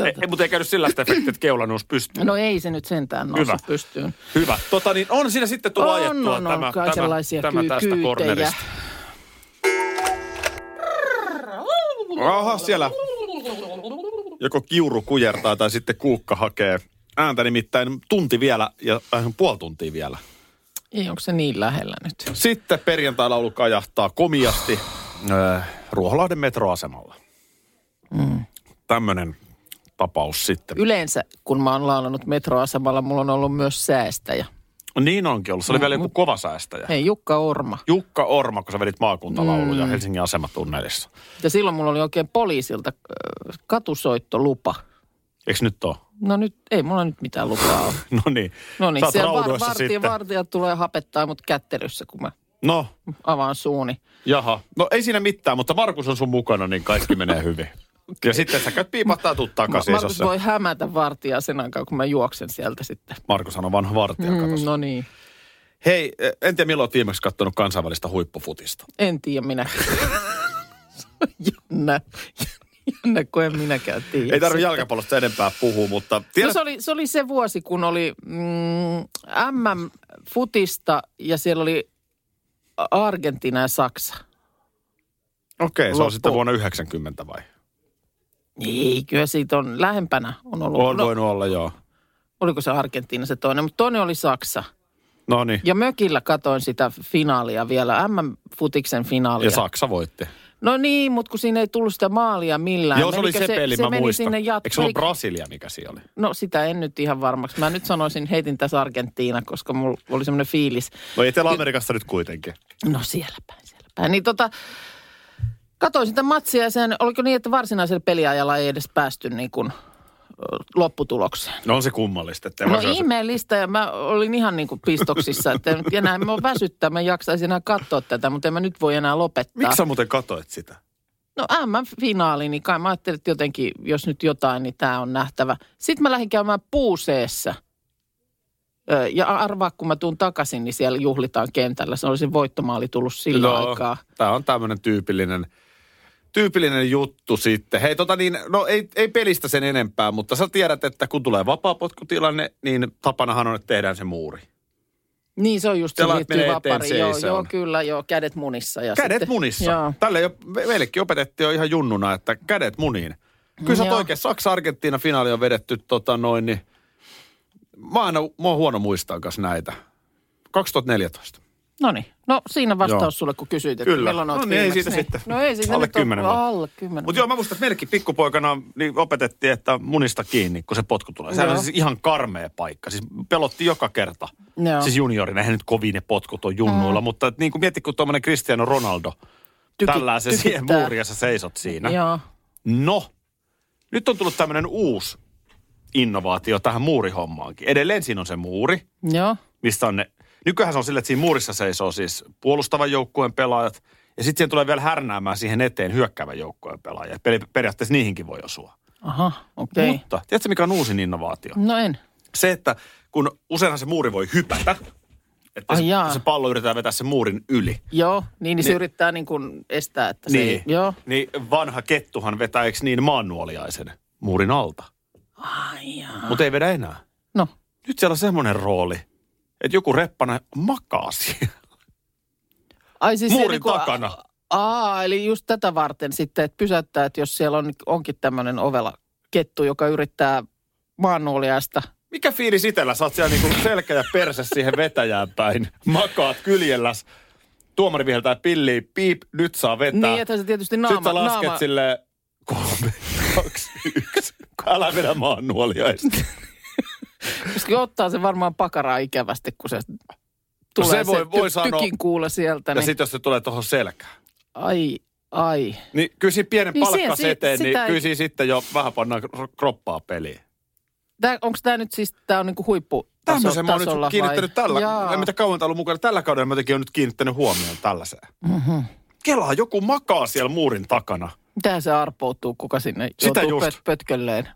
B: ei, ei, mutta ei käynyt sillä sitä efektiä, että keula nousi pystyyn.
C: no ei se nyt sentään noussut
B: Hyvä.
C: pystyyn.
B: Hyvä. Tota niin, on siinä sitten tullut
C: On,
B: ajettua
C: on, on,
B: tämä,
C: kaikenlaisia
B: tämä,
C: kyy-
B: tämä tästä
C: kyytejä.
B: kornerista. Aha, siellä joko kiuru kujertaa tai sitten kuukka hakee ääntä nimittäin tunti vielä ja vähän puoli tuntia vielä.
C: Ei, onko se niin lähellä nyt?
B: Sitten perjantai-laulu kajahtaa komiasti äh, Ruoholahden metroasemalla. Mm. Tämmöinen tapaus sitten.
C: Yleensä, kun mä oon laulanut metroasemalla, mulla on ollut myös säästäjä.
B: Niin onkin ollut. Se
C: Mm,
B: oli vielä joku kova säästäjä.
C: Hei, Jukka Orma.
B: Jukka Orma, kun sä vedit maakuntalauluja mm. Helsingin asematunnelissa.
C: Ja silloin mulla oli oikein poliisilta ö, katusoittolupa.
B: Eikö nyt ole?
C: No nyt, ei mulla nyt mitään lupaa ole.
B: No niin.
C: No niin,
B: Sä
C: siellä
B: oot
C: var,
B: raudoissa
C: vartija,
B: sitten.
C: vartijat tulee hapettaa mut kättelyssä, kun mä
B: No,
C: avaan suuni.
B: jaha. No ei siinä mitään, mutta Markus on sun mukana, niin kaikki menee hyvin. Ja sitten sä käyt piipahtaa tuut takaisin. jos
C: Markus
B: se-
C: voi hämätä vartijaa sen aikaa, kun mä juoksen sieltä sitten.
B: Markushan on vanha vartija,
C: Mm,
B: mm,
C: no niin,
B: Hei, e, en tiedä milloin olet viimeksi katsonut kansainvälistä huippufutista.
C: en tiedä minä. jännä, jännä, kun en minäkään tiedä.
B: Ei tarvitse
C: sitä.
B: jalkapallosta enempää puhua, mutta
C: No
B: tiedät,
C: se oli, se oli se vuosi, kun oli mm, MM-futista ja siellä oli Argentiina ja Saksa.
B: okei, se on
C: loppu.
B: sitten vuonna 90 vai?
C: Ei, Niin, kyllä siitä on lähempänä on ollut.
B: On
C: no,
B: voinut olla, joo.
C: Oliko se Argentiina se toinen, mutta toinen oli Saksa.
B: No niin,
C: Ja mökillä katoin sitä finaalia vielä, MM-futiksen finaalia.
B: ja Saksa voitti.
C: no niin, mutta kun siinä ei tullut sitä maalia millään.
B: Joo, se oli
C: Menikö
B: se, peli,
C: se
B: mä
C: meni
B: muistan.
C: sinne jat-
B: Eikö se ollut
C: menikö-
B: Brasilia, mikä siellä oli?
C: No sitä en nyt ihan varmaksi. Mä nyt sanoisin, heitin tässä Argentiina, koska mulla oli semmoinen fiilis.
B: No Etelä-Amerikasta nyt kuitenkin.
C: No siellä päin, siellä päin. Niin tota, katoin sitä matsia ja sen, oliko niin, että varsinaisella peliajalla ei edes päästy niin kuin ö, lopputulokseen.
B: No on se kummallista. Että
C: No ihmeellistä ja mä olin ihan niin kuin pistoksissa, että en nyt enää mä oon väsyttää, mä en jaksaisi enää katsoa tätä, mutta en mä nyt voi enää lopettaa.
B: Miksi sä muuten katoit sitä?
C: No M-finaali, niin kai mä ajattelin, että jotenkin, jos nyt jotain, niin tämä on nähtävä. Sitten mä lähdin käymään puuseessa. Ö, Ja arvaa, kun mä tuun takaisin, niin siellä juhlitaan kentällä. Se olisi voittomaali tullut sillä no. aikaa.
B: Tämä on tämmöinen tyypillinen, tyypillinen juttu sitten. Hei, tota niin, no ei, ei pelistä sen enempää, mutta sä tiedät, että kun tulee vapaapotkutilanne, niin tapanahan on, että tehdään se muuri.
C: Niin, se on just se
B: Jalat
C: liittyy
B: menee eteen,
C: vapari.
B: se
C: Joo,
B: ei se
C: joo,
B: on.
C: kyllä, joo, kädet munissa. Ja
B: Kädet
C: sitten,
B: munissa.
C: Joo.
B: Tälle jo, me- meillekin opetettiin jo ihan junnuna, että kädet muniin. Kyllä sä oot
C: Joo.
B: oikein, Saksa-Argentiina finaali on vedetty tota noin, niin mä, aina, mä oon huono muistaa kanssa näitä. 2014.
C: No niin, no siinä vastaus
B: Joo.
C: sulle, kun kysyit, että
B: Kyllä.
C: milloin oot
B: No niin, ei
C: viimeksi.
B: siitä sitten.
C: No ei siitä
B: Alle
C: nyt ole-
B: kymmenen vuotta.
C: Alle kymmenen.
B: Mutta joo, mä muistan, että meillekin pikkupoikana niin opetettiin, että munista kiinni, kun se potku tulee. Sehän on
C: Joo.
B: siis ihan karmea paikka. Siis pelotti joka kerta.
C: Joo. Mm.
B: Siis juniorina, eihän nyt kovin ne potkut on junnuilla, mutta et niin kuin mietti, kun tuommoinen Cristiano Ronaldo
C: Tyki-
B: tällään se siihen
C: tykittää.
B: muuriin ja sä seisot siinä.
C: Joo.
B: No, nyt on tullut tämmöinen uusi innovaatio tähän muurihommaankin. Edelleen siinä on se muuri,
C: Joo.
B: mistä on ne... Nykyään se on sillä, että siinä muurissa seisoo siis puolustavan joukkueen pelaajat, ja sitten siihen tulee vielä härnäämään siihen eteen hyökkäävän joukkueen pelaajia. Peri- periaatteessa niihinkin voi osua.
C: Aha, okei. Okay.
B: Mutta tiedätkö, mikä on uusin innovaatio?
C: No en.
B: Se, että kun useinhan se muuri voi hypätä, että se,
C: Ai jaa.
B: se pallo yritetään vetää sen muurin yli.
C: Joo, niin, niin se
B: Niin.
C: yrittää niin kuin estää, että se ei, Joo.
B: niin vanha kettuhan vetää, eikö niin, maannuoliaisen muurin alta.
C: Ai jaa.
B: Mutta ei vedä enää.
C: No,
B: nyt siellä on semmoinen rooli, että joku reppana makaa siellä
C: ai siis se
B: muurin
C: niinku-
B: takana.
C: Aa, eli just tätä varten sitten, että pysäyttää, että jos siellä on, onkin tämmöinen ovela kettu, joka yrittää maannouliaista.
B: Mikä fiilis itellä? Sä oot siellä niinku selkä ja perse siihen vetäjään päin. Makaat kyljelläs. Tuomari viheltää pilliä. Piip, nyt saa vetää.
C: Niin, että se tietysti
B: Sitten
C: naama,
B: sä lasket
C: naama
B: sille kolme, kaksi, yksi. Älä vedä maan nuoliaista.
C: koska ottaa se varmaan pakaraa ikävästi, kun se tulee
B: se No voi- voi
C: ty-
B: sanoa.
C: tykin kuule sieltä.
B: Ja
C: Niin,
B: sit jos se tulee tuohon selkään.
C: Ai, ai.
B: Niin kyllä siinä pienen
C: Niin
B: niin
C: se-
B: palkkas
C: se-
B: eteen, niin
C: sitä ei-
B: kyllä siinä sitten jo vähän pannaan kro- kroppaa peliin.
C: Onko tämä nyt siis, tämä on niinku huippu
B: Tämmöisen mä oon nyt
C: tasolla
B: kiinnittänyt
C: vai?
B: tällä,
C: Jaa.
B: en mitä kauan tää ollut mukana, tällä kaudella mä jotenkin oon nyt kiinnittänyt huomioon tällaiseen. Mm-hmm. Kelaa, joku makaa siellä muurin takana.
C: Mitä se arpoutuu, kuka sinne
B: Sitä
C: joutuu
B: just.
C: pöt- pötkölleen?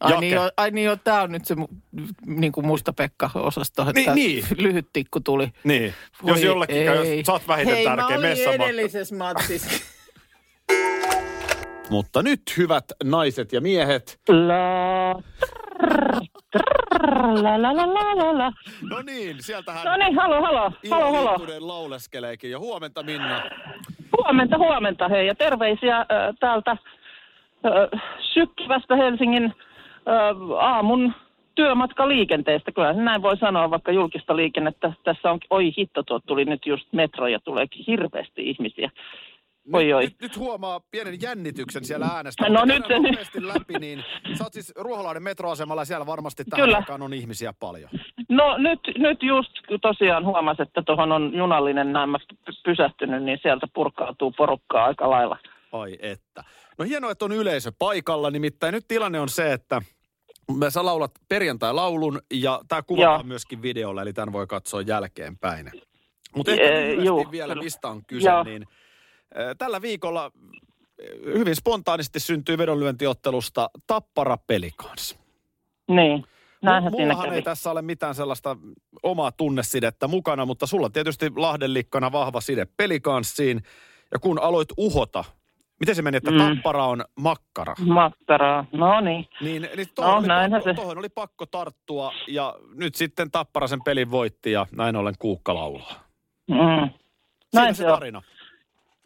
C: Ai
B: Jake.
C: niin, jo, ai niin jo, tää on nyt se mu, niin kuin musta Pekka-osasto, että
B: Niin, niin.
C: lyhyt tikku tuli.
B: Niin, Voi jos jollekin, käy, jos sä oot vähiten
C: Hei,
B: tärkeä
C: Hei, mä olin
B: messamatka.
C: edellisessä matsissa.
B: Mutta nyt hyvät naiset ja miehet.
G: La la la la la la.
B: No niin, sieltähän
G: No niin, halo, halo, halo,
B: Iiro
G: halo.
B: Liittunen lauleskeleekin jo. Huomenta Minna.
G: Huomenta, huomenta, hei. Ja terveisiä äh, täältä äh, sykkivästä Helsingin äh, aamun työmatkaliikenteestä. Kyllähän se näin voi sanoa, vaikka julkista liikennettä tässä on, oi hitto, tuo tuli nyt just metro ja tulee hirveästi ihmisiä. Oi, oi.
B: Nyt, nyt huomaa pienen jännityksen siellä
G: No
B: äänestä. Mutta
G: nyt
B: käydään
G: se-
B: nopeasti läpi, niin sä oot siis Ruoholahden metroasemalla ja siellä varmasti tähän
G: Kyllä.
B: aikaan on ihmisiä paljon.
G: No nyt, nyt just kun tosiaan huomasi, että tuohon on junallinen näemmä py- pysähtynyt, niin sieltä purkautuu porukkaa aika lailla.
B: Ai että. No hienoa, että on yleisö paikalla. Nimittäin nyt tilanne on se, että me sä laulat perjantai-laulun ja tämä kuvataan
G: Joo.
B: myöskin videolla, eli tämän voi katsoa jälkeenpäin. Mutta
G: Ee,
B: ehkä lyhyesti
G: juu,
B: vielä,
G: kyllä.
B: mistä on kyse,
G: Joo.
B: niin ö, tällä viikolla ö, hyvin spontaanisti syntyy vedonlyöntiottelusta Tappara pelikans.
G: Niin, näinhän siinä
B: Mullahan
G: kävi.
B: ei tässä ole mitään sellaista omaa tunnesidettä mukana, mutta sulla tietysti Lahden likkana vahva side pelikanssiin. Ja kun aloit uhota, miten se meni, että mm.
G: Mm.
B: tappara on makkara?
G: Makkaraa, no niin.
B: Niin, niin tohon,
G: No,
B: oli
G: näinhän
B: pakko,
G: se.
B: tohon oli pakko tarttua ja nyt sitten tappara sen pelin voitti ja näin ollen kuukka laulaa.
G: Mm.
B: Siinä
G: Näin
B: se
G: se on.
B: tarina.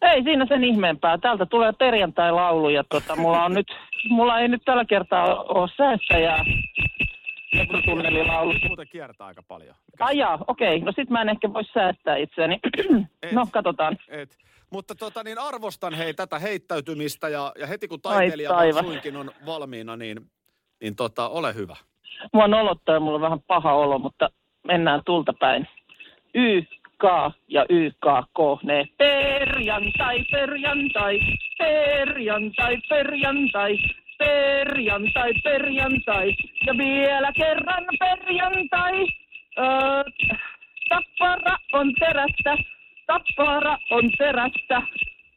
G: Ei siinä sen ihmeempää. Täältä tulee perjantai-laulu ja tota, mulla, on nyt, mulla ei nyt tällä kertaa ole säässä ja tunnelilaulu.
B: Se muuten kiertää aika paljon.
G: Ajaa, okei. No sit mä en ehkä voi säästää itseäni.
B: Et.
G: no, katsotaan.
B: Et. Mutta tota, niin arvostan hei tätä heittäytymistä ja, ja heti kun taiteilija
G: Ai taivas.
B: suinkin on valmiina, niin, niin tota, ole hyvä.
G: Mua nolottaa ja mulla on vähän paha olo, mutta mennään tulta päin. Y, K ja Y, K, K, ne. Perjantai, perjantai, perjantai, perjantai, perjantai, perjantai. Ja vielä kerran perjantai. Öö, tappara on terästä, tappara on terästä.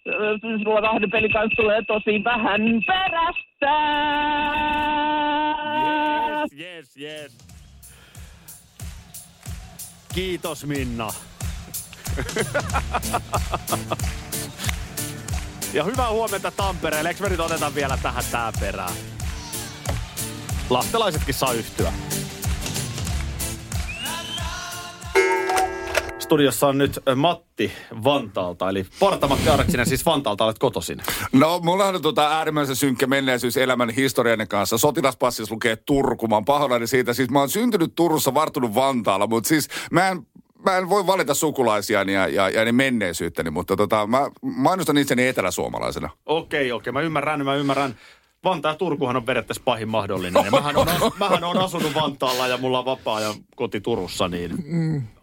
G: Öö, Ruokahdin peli kanssa tulee tosi vähän perästä.
B: yes, yes. Kiitos Minna. ja hyvää huomenta Tampereelle. Eikö me nyt oteta vielä tähän tää perään? Lahtelaisetkin saa yhtyä. Studiossa on nyt Matti Vantaalta, eli Partamatti Arksinen, siis Vantaalta olet kotosin.
H: No, mulla on tota äärimmäisen synkkä menneisyys elämän historian kanssa. Sotilaspassissa lukee Turku. Mä oon pahoillani siitä. Siis mä oon syntynyt Turussa, vartunut Vantaalla, mutta siis mä en, mä en voi valita sukulaisiani ja, ja, ja ne menneisyyttäni, mutta tota, mä mainostan itseni eteläsuomalaisena.
B: Okei, okei, mä ymmärrän, mä ymmärrän. Vantaa ja Turkuhan on periaatteessa pahin mahdollinen. Ja mähän, on, asu- mähän on asunut Vantaalla ja mulla on vapaa ja koti Turussa, niin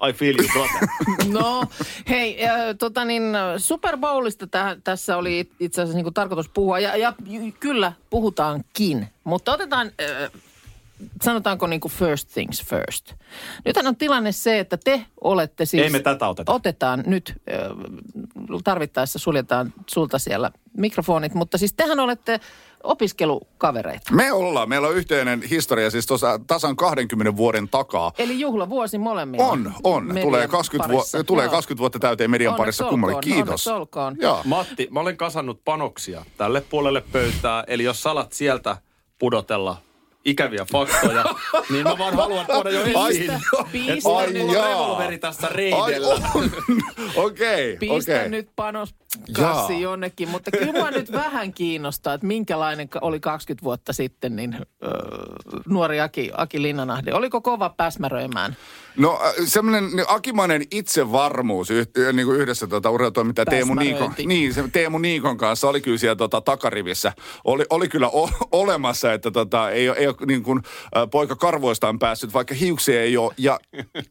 B: I feel you, brother.
C: No, hei, äh, tota niin, äh, Super Bowlista täh, tässä oli it- itse asiassa niin tarkoitus puhua, ja, ja y- kyllä puhutaankin, mutta otetaan, äh, sanotaanko niin kuin first things first. Nythän on tilanne se, että te olette siis...
B: Ei me tätä oteta.
C: Otetaan nyt, äh, tarvittaessa suljetaan sulta siellä mikrofonit, mutta siis tehän olette opiskelukavereita.
H: Me ollaan, meillä on yhteinen historia siis tuossa tasan 20 vuoden takaa.
C: Eli juhlavuosi molemmilla.
H: On, on.
C: Median
H: Tulee 20,
C: parissa.
H: vu- tulee
C: Joo.
H: 20 vuotta täyteen median
C: Onneksi
H: parissa
C: olkoon, No,
H: kummallekin. Kiitos.
C: onneksi olkoon.
H: Joo.
B: Matti, mä olen kasannut panoksia tälle puolelle pöytää, eli jos salat sieltä pudotella ikäviä faktoja, niin mä vaan haluan tuoda jo esiin.
H: Ai,
C: Pistä
B: Että mulla on
H: ai jaa.
B: revolveri tässä
H: Ai,
B: reidellä.
H: on. Okei,
C: Pistä
H: okei.
C: nyt panos kassi jonnekin, mutta kyllä mua nyt vähän kiinnostaa, että minkälainen ka- oli 20 vuotta sitten niin öö, nuori Aki, Aki Linnanahde. Oliko kova pääsmäröimään?
H: No äh, semmoinen niin akimainen itsevarmuus yh, äh, niin kuin yhdessä tuota urheilutoimittaja Teemu Niikon,
C: Täsmäröinti.
H: niin, se, Teemu Niikon kanssa oli kyllä siellä tuota, takarivissä. Oli, oli kyllä o, olemassa, että tota, ei, ole- ei ole niin kuin, äh, poika karvoistaan päässyt, vaikka hiuksia ei ole. Ja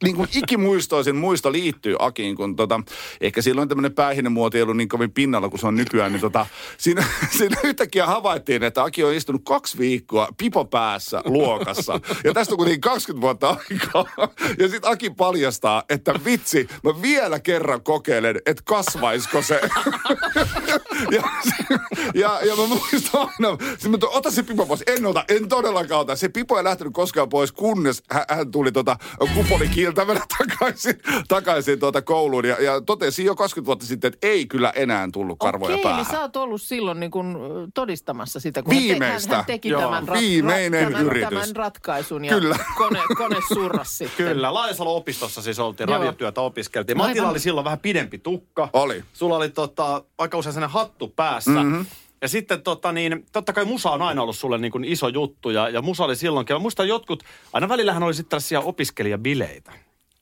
H: niin kuin ikimuistoisin muisto liittyy Akiin, kun tota, ehkä silloin tämmöinen päähinemuoti ei ollut niin kovin pinnalla kuin se on nykyään. Niin tota, siinä, siinä yhtäkkiä havaittiin, että Aki on istunut kaksi viikkoa pipo päässä luokassa. Ja tästä on kuitenkin 20 vuotta aikaa. Ja sitten Aki paljastaa, että vitsi, mä vielä kerran kokeilen, että kasvaisiko se. Ja, ja, ja mä muistan aina, sit mä tuon, ota se pipo pois. En ota, en todellakaan ota. Se pipo ei lähtenyt koskaan pois, kunnes hän, hän tuli tota kupolikiltävänä takaisin, takaisin tuota kouluun. Ja, ja totesi jo 20 vuotta sitten, että ei kyllä enää tullut karvoja
C: Okei,
H: päähän.
C: niin sä oot ollut silloin niin kun, ö, todistamassa sitä, kun hän te-
H: Viimeistä.
C: Hän, hän teki
H: Joo.
C: tämän,
H: Viimeinen
C: tämän,
H: yritys.
C: tämän ratkaisun ja
H: Kyllä.
C: kone, kone surras sitten.
B: Kyllä, Laisalon opistossa siis oltiin,
C: Joo.
B: radiotyötä opiskeltiin. Matilla
C: Aivan.
B: oli silloin vähän pidempi tukka.
H: Oli.
B: Sulla oli tota, aika usein sellainen hattu päässä. Mm-hmm. Ja sitten tota, niin, totta kai musa on aina ollut sulle niin kuin iso juttu ja, ja musa oli silloinkin. Mä muistan jotkut, aina välillähän oli sitten tällaisia opiskelijabileitä.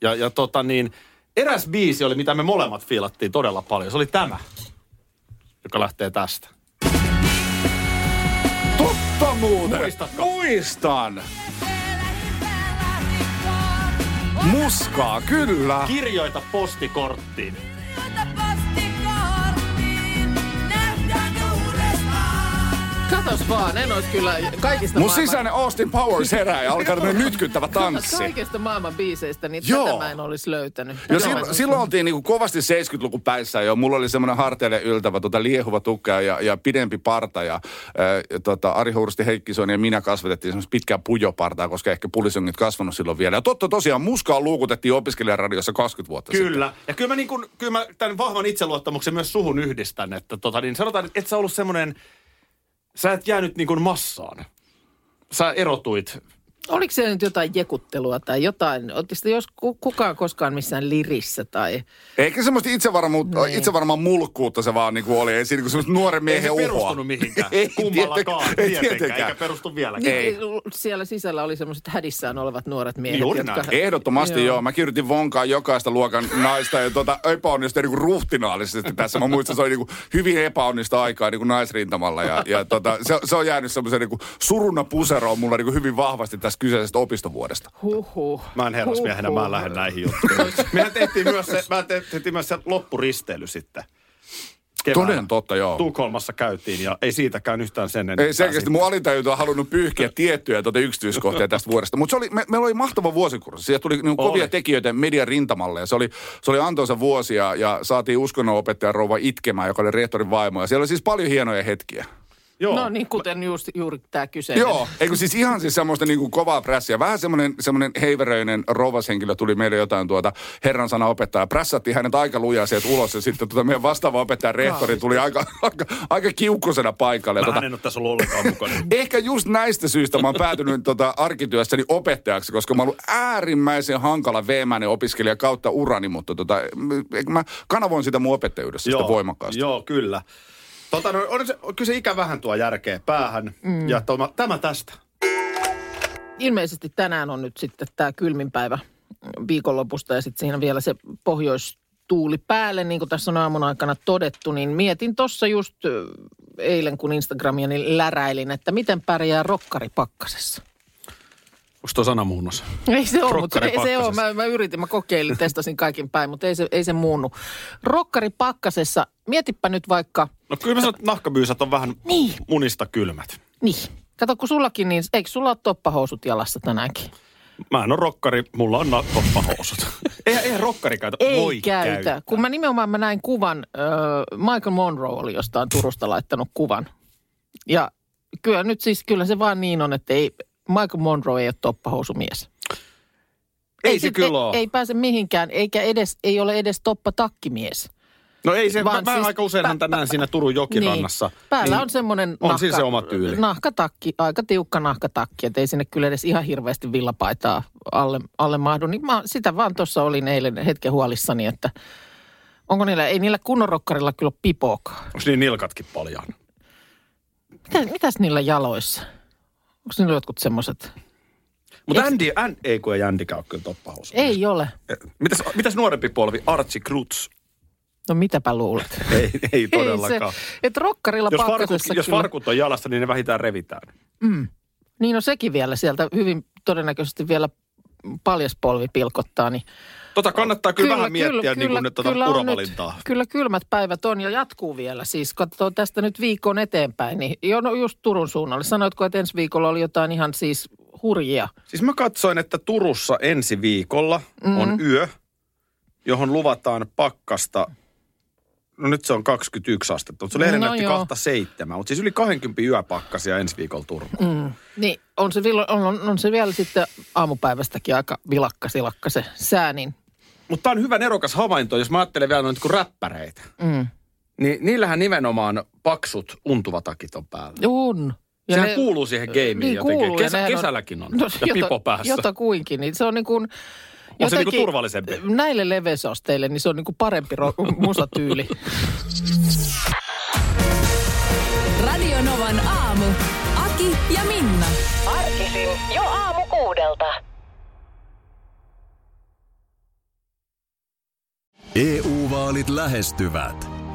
B: Ja, ja tota niin, eräs biisi oli, mitä me molemmat fiilattiin todella paljon. Se oli tämä, joka lähtee tästä.
H: Totta muuten.
B: Muistatko?
H: Muistan. Muskaa, kyllä.
B: Kirjoita postikorttiin.
C: Katos vaan, en olisi kyllä kaikista
H: Mun
C: maailman-
H: sisäinen Austin Powers herää ja alkaa tämmönen nytkyttävä tanssi.
C: Kaikista maailman biiseistä, niin
H: Joo.
C: Joo. tätä mä en olisi löytänyt.
H: Ja
C: Tätä mä en
H: silloin,
C: olisi-
H: silloin oltiin niinku kovasti 70-luvun päissä jo. Mulla oli semmoinen harteille yltävä tota liehuva tukka ja, ja pidempi parta. Ja, ää, ja tota, Ari Hurusti, Heikki Soini ja minä kasvatettiin semmoista pitkää pujopartaa, koska ehkä pulisongit kasvanut silloin vielä. Ja totta tosiaan, muskaa luukutettiin opiskelijaradiossa 20 vuotta sitten.
B: Kyllä. Ja kyllä mä, niin kun, kyllä mä tämän vahvan itseluottamuksen myös suhun yhdistän. Että tota, niin sanotaan, että et sä ollut semmoinen, sä et jäänyt niin kuin massaan. Sä erotuit.
C: Oliko se nyt jotain jekuttelua tai jotain? Oletteko te jos ku- kukaan koskaan missään lirissä tai...
H: Ehkä semmoista itsevarmuutta, niin. itsevarmaan mulkkuutta se vaan niinku oli. Ei siinä niinku semmoista nuoren
B: Ei
H: miehen
B: se
H: uhoa.
B: perustunut mihinkään.
H: Ei
B: Kummallakaan.
H: tietenkään. Ei
B: Tietenkään.
H: tietenkään.
B: Eikä perustu vieläkään.
C: Niin,
H: Ei.
C: Siellä sisällä oli semmoiset hädissään olevat nuoret miehet,
B: Juuri
C: jotka...
B: näin.
H: Ehdottomasti joo.
C: Joo.
H: joo. Mäkin yritin vonkaa jokaista luokan naista ja tuota, epäonnistuin niin ruhtinaallisesti tässä. Mä muistan, se oli niin kuin hyvin epäonnista aikaa niin kuin naisrintamalla. Ja, ja tuota, se, se, on jäänyt semmoisen niin suruna puseroon mulla niin kuin hyvin vahvasti tästä kyseisestä opistovuodesta.
C: Huhhuh.
B: Mä en herrasmiehenä, mä en lähde näihin juttuihin. Mehän tehtiin myös se, mä te- tehtiin myös se loppuristeily sitten. Keväällä.
H: Toden totta, joo.
B: Tukholmassa käytiin ja ei siitäkään yhtään sen enempää.
H: Ei selkeästi mun alintajunta on halunnut pyyhkiä tiettyjä tuota yksityiskohtia tästä vuodesta. Mutta oli, me, meillä oli mahtava vuosikurssi. Siellä tuli niin
B: Oli.
H: kovia tekijöitä median rintamalle. Ja se oli, se oli antoisa vuosi ja, ja saatiin uskonnonopettaja rouva itkemään, joka oli rehtorin vaimo. Ja siellä oli siis paljon hienoja hetkiä.
B: Joo.
C: No niin, kuten just, juuri tämä kyseinen.
H: Joo, eikö siis ihan siis semmoista niinku kovaa prässiä. Vähän semmoinen, semmoinen heiveröinen rouvashenkilö tuli meille jotain tuota herran sana opettaa. Prässättiin hänet aika lujaa sieltä ulos ja sitten tuota meidän vastaava opettaja rehtori tuli aika, aika, aika kiukkosena paikalle. Ja
B: Mä
H: Tota,
B: en ole tässä ollut ollenkaan mukana.
H: Ehkä just näistä syistä mä oon päätynyt tota arkityössäni opettajaksi, koska mä oon ollut äärimmäisen hankala veemäinen opiskelija kautta urani, mutta tota, m- mä kanavoin sitä mun opettajuudessa sitä voimakkaasti.
B: Joo, kyllä. Tota, no, on, se, on kyllä se ikä vähän tuo järkeä päähän. Mm. Ja toma, tämä tästä.
C: Ilmeisesti tänään on nyt sitten tämä kylmin päivä viikonlopusta ja sitten siinä vielä se pohjoistuuli päälle, niin kuin tässä on aamun aikana todettu, niin mietin tuossa just ö, eilen, kun Instagramia niin läräilin, että miten pärjää rokkaripakkasessa.
B: Onko tuo sanamuunnos?
C: Ei se ole, mutta se, ei se ole.
B: Rokkaripakkasessa.
C: Mä, mä yritin, mä kokeilin, testasin kaikin päin, mutta ei se, ei se muunnu. Rokkaripakkasessa, mietipä nyt vaikka,
B: No kyllä mä sanon, että nahkabyysät on vähän
C: Niin.
B: munista kylmät.
C: niin, kato kun sullakin, niin eikö sulla ole toppahousut jalassa tänäänkin?
B: Mä en ole rokkari, mulla on na- toppahousut. eihän, eihän rokkari käytä.
C: Ei
B: Voi
C: käytä. Kun mä nimenomaan mä näin kuvan, äh, Michael Monroe oli jostain Turusta laittanut kuvan. Ja kyllä nyt siis, kyllä se vaan niin on, että ei, Michael Monroe ei ole toppahousumies.
B: Ei, se
C: sit-
B: kyllä ole.
C: ei, ei pääse mihinkään, eikä edes, ei ole edes toppatakkimies.
B: No ei se,
C: Vaan
B: mä, siis,
C: siis
B: aika useinhan
C: pä- pä-
B: tänään siinä Turun jokirannassa.
C: Niin. Päällä niin, on semmoinen
B: on siis se oma tyyli.
C: Nahkatakki, aika tiukka nahkatakki, että ei sinne kyllä edes ihan hirveästi villapaitaa alle, alle mahdu. Niin mä sitä vaan tuossa olin eilen hetken huolissani, että Onko niillä, ei niillä kunnon rokkarilla kyllä ole pipoakaan.
B: Onko niin nilkatkin paljon?
C: Mitä, mitäs niillä jaloissa? Onko niillä jotkut semmoiset?
B: Mutta Andy, and, ei kun ei Andykään ole kyllä toppahousu.
C: Ei ole.
B: Mitäs, mitäs nuorempi polvi? Archie Krutz.
C: No mitäpä luulet?
B: Ei, ei todellakaan.
C: se, et rokkarilla
B: jos, farkut,
C: pakkasessa
B: jos
C: kyllä-
B: farkut on jalassa, niin ne vähintään revitään.
C: Mm. Niin on sekin vielä sieltä hyvin todennäköisesti vielä paljas polvi pilkottaa. Niin
B: Tota kannattaa kyllä, vähän miettiä niin kuin nyt tätä
C: kyllä on
B: uravalintaa.
C: Nyt, kyllä kylmät päivät on ja jatkuu vielä. Siis katsotaan tästä nyt viikon eteenpäin. Niin jo, no just Turun suunnalle. Sanoitko, että ensi viikolla oli jotain ihan siis hurjia?
B: Siis mä katsoin, että Turussa ensi viikolla mm-hmm.
C: Mm.
B: on yö, johon luvataan pakkasta, no nyt se on 21 astetta, mutta se oli eilen
C: No
B: näytti
C: joo.
B: 27, mutta siis yli 20 yöpakkasia ensi viikolla Turku.
C: Mm. Niin, on se, villo- on, on, on se vielä sitten aamupäivästäkin aika vilakka silakka se sää, niin
B: Mutta tämä on hyvä nerokas havainto, jos mä ajattelen vielä noita kuin räppäreitä.
C: mm.
B: Niin niillähän nimenomaan paksut untuvatakit on päällä.
C: on.
B: Ja Sehän ne, kuuluu siihen gameen
C: niin
B: niin jotenkin.
C: kuuluu, ja
B: Kesä,
C: nehän on-
B: kesälläkin on. No, ja
C: jota-
B: pipo päässä.
C: Jota kuinkin, niin se on niin kuin...
B: on se niinku turvallisempi.
C: Näille leveysasteille niin se on niin kuin parempi ro- musatyyli.
A: Radio Novan aamu. Aki ja Minna.
I: Arkisin jo aamu kuudelta.
D: EU-vaalit E lähestyvät.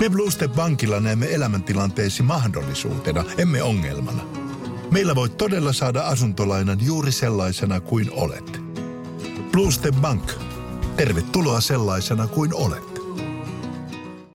F: Me Bluestep Bankilla näemme elämäntilanteesi mahdollisuutena, emme ongelmana. Meillä voit todella saada asuntolainan juuri sellaisena kuin olet. Bluestep Bank. Tervetuloa sellaisena kuin olet.